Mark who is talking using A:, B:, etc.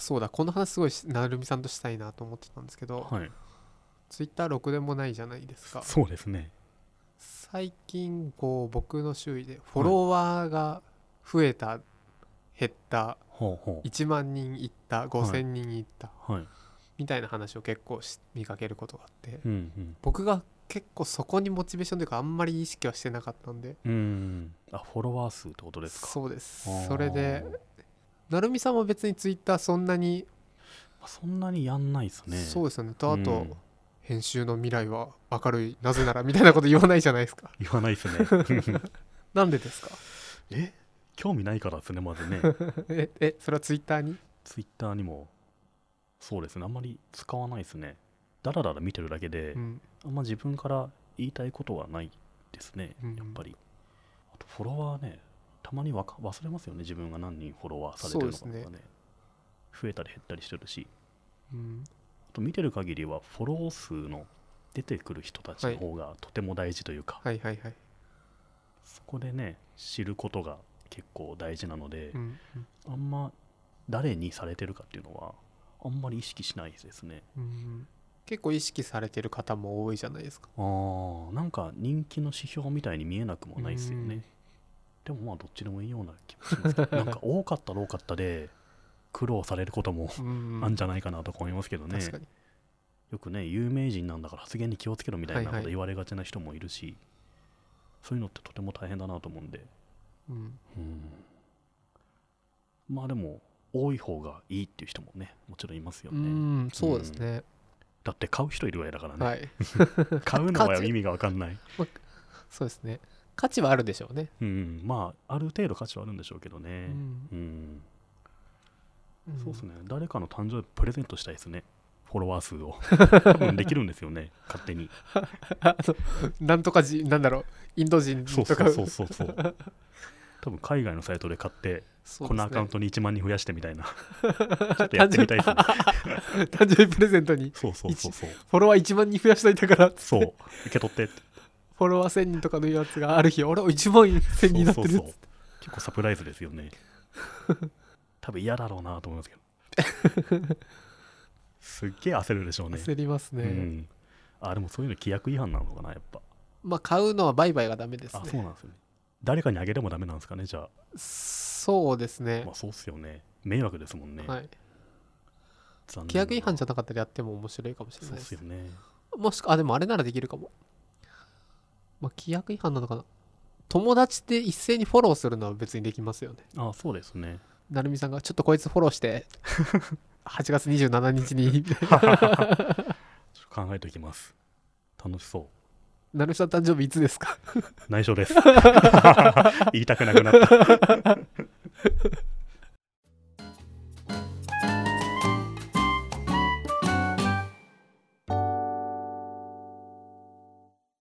A: そうだこの話すごいし成美さんとしたいなと思ってたんですけど、
B: はい
A: ツイッターろくでもないじゃないですか
B: そうですね
A: 最近こう僕の周囲でフォロワーが増えた、減った
B: ほうほ
A: 1万人いった5,000人いった、
B: うはい
A: みたいな話を結構し見かけることがあって
B: うんうん
A: 僕が結構そこにモチベーションというかあんまり意識はしてなかったんで
B: うーんあフォロワー数ってことですか
A: そうです
B: あー
A: それで成美さんも別にツイッターそんなに、
B: まあそんなにやんないですね
A: そううですよねとあと、
B: ん
A: 編集の未来は明るいなぜならみたいなこと言わないじゃないですか
B: 言わないですね
A: なんでですか
B: え興味ないからですねまずね
A: ええそれはツイッターに
B: ツイッターにもそうですねあんまり使わないですねだらだら見てるだけで、
A: うん
B: あんま自分から言いたいことはないですね、
A: うん
B: やっぱりあとフォロワーねたまにわか忘れますよね自分が何人フォロワーされてるのかとかね
A: そう
B: 増えたり減ったりしてるし
A: うん
B: あと見てる限りはフォロー数の出てくる人たちの方がとても大事というか、
A: はいはいはい
B: そこでね知ることが結構大事なので
A: う、ん
B: あんま誰にされてるかっていうのはあんまり意識しないですね
A: うんうん結構意識されてる方も多いじゃないですか
B: あーなんか人気の指標みたいに見えなくもないですよね、でもまあどっちでもいいような気もしますけどなんか多かったら多かったで苦労されることも
A: うんうん
B: あんじゃないかなとか思いますけどね、
A: 確かに
B: よくね有名人なんだから発言に気をつけろみたいなこ
A: はい
B: と
A: はい
B: 言われがちな人もいるし、そういうのってとても大変だなと思うんで
A: うん
B: うんまあでも多い方がいいっていう人もねもちろんいますよ
A: う
B: ね、
A: んそうですね
B: だって買う人いるぐらいだからね、
A: はい
B: 買うの
A: 価
B: は
A: 値
B: 意味が分かんない
A: そうですね価値はあるでしょうね
B: うんまあある程度価値はあるんでしょうけど
A: う
B: ね
A: ん
B: うん、
A: ん
B: そうですね誰かの誕生日プレゼントしたいですねフォロワー数 を多分できるんですよね勝手に
A: あのなんとか人なんだろうインド人
B: そう
A: と
B: そ
A: か
B: うそうそう そう多分海外のサイトで買って、
A: そうですね
B: このアカウントに1万人増やしてみた いなちょっとやってみたいですね
A: 誕生日プレゼントに
B: そうそうそうそう
A: フォロワー1万人増やしといたからっつって
B: そう受け取ってって
A: フォロワー1000人とかのやつがある日俺1万1000人になってるっつって
B: そうそうそう結構サプライズですよね多分嫌だろうなと思いますけど すっげえ焦るでしょうね
A: 焦りますね、
B: うん、あでもそういうの規約違反なのかなやっぱ
A: まあ買うのは売買がダメです
B: あそう
A: ね
B: なんですよね誰かにあげてもダメなんですかねじゃ
A: そうです
B: あ、
A: ね
B: まあ、そうっすよね迷惑ですもんね、
A: はい
B: 残念
A: 規約違反じ
B: ゃ
A: ゃなかったらやっても面白いかもしれ
B: そ
A: ない
B: うっ
A: です
B: すよね
A: もしくはあでもあれならできるかもまあ規約違反なのかな友達で一斉にフォローするのは別にできますよね
B: あそうですね
A: なるみさんがちょっとこいつフォローして 8月27日に
B: ちょっと考えておきます楽しそ
A: なるみさん誕生日いつですか
B: う内緒です言いたくなくなった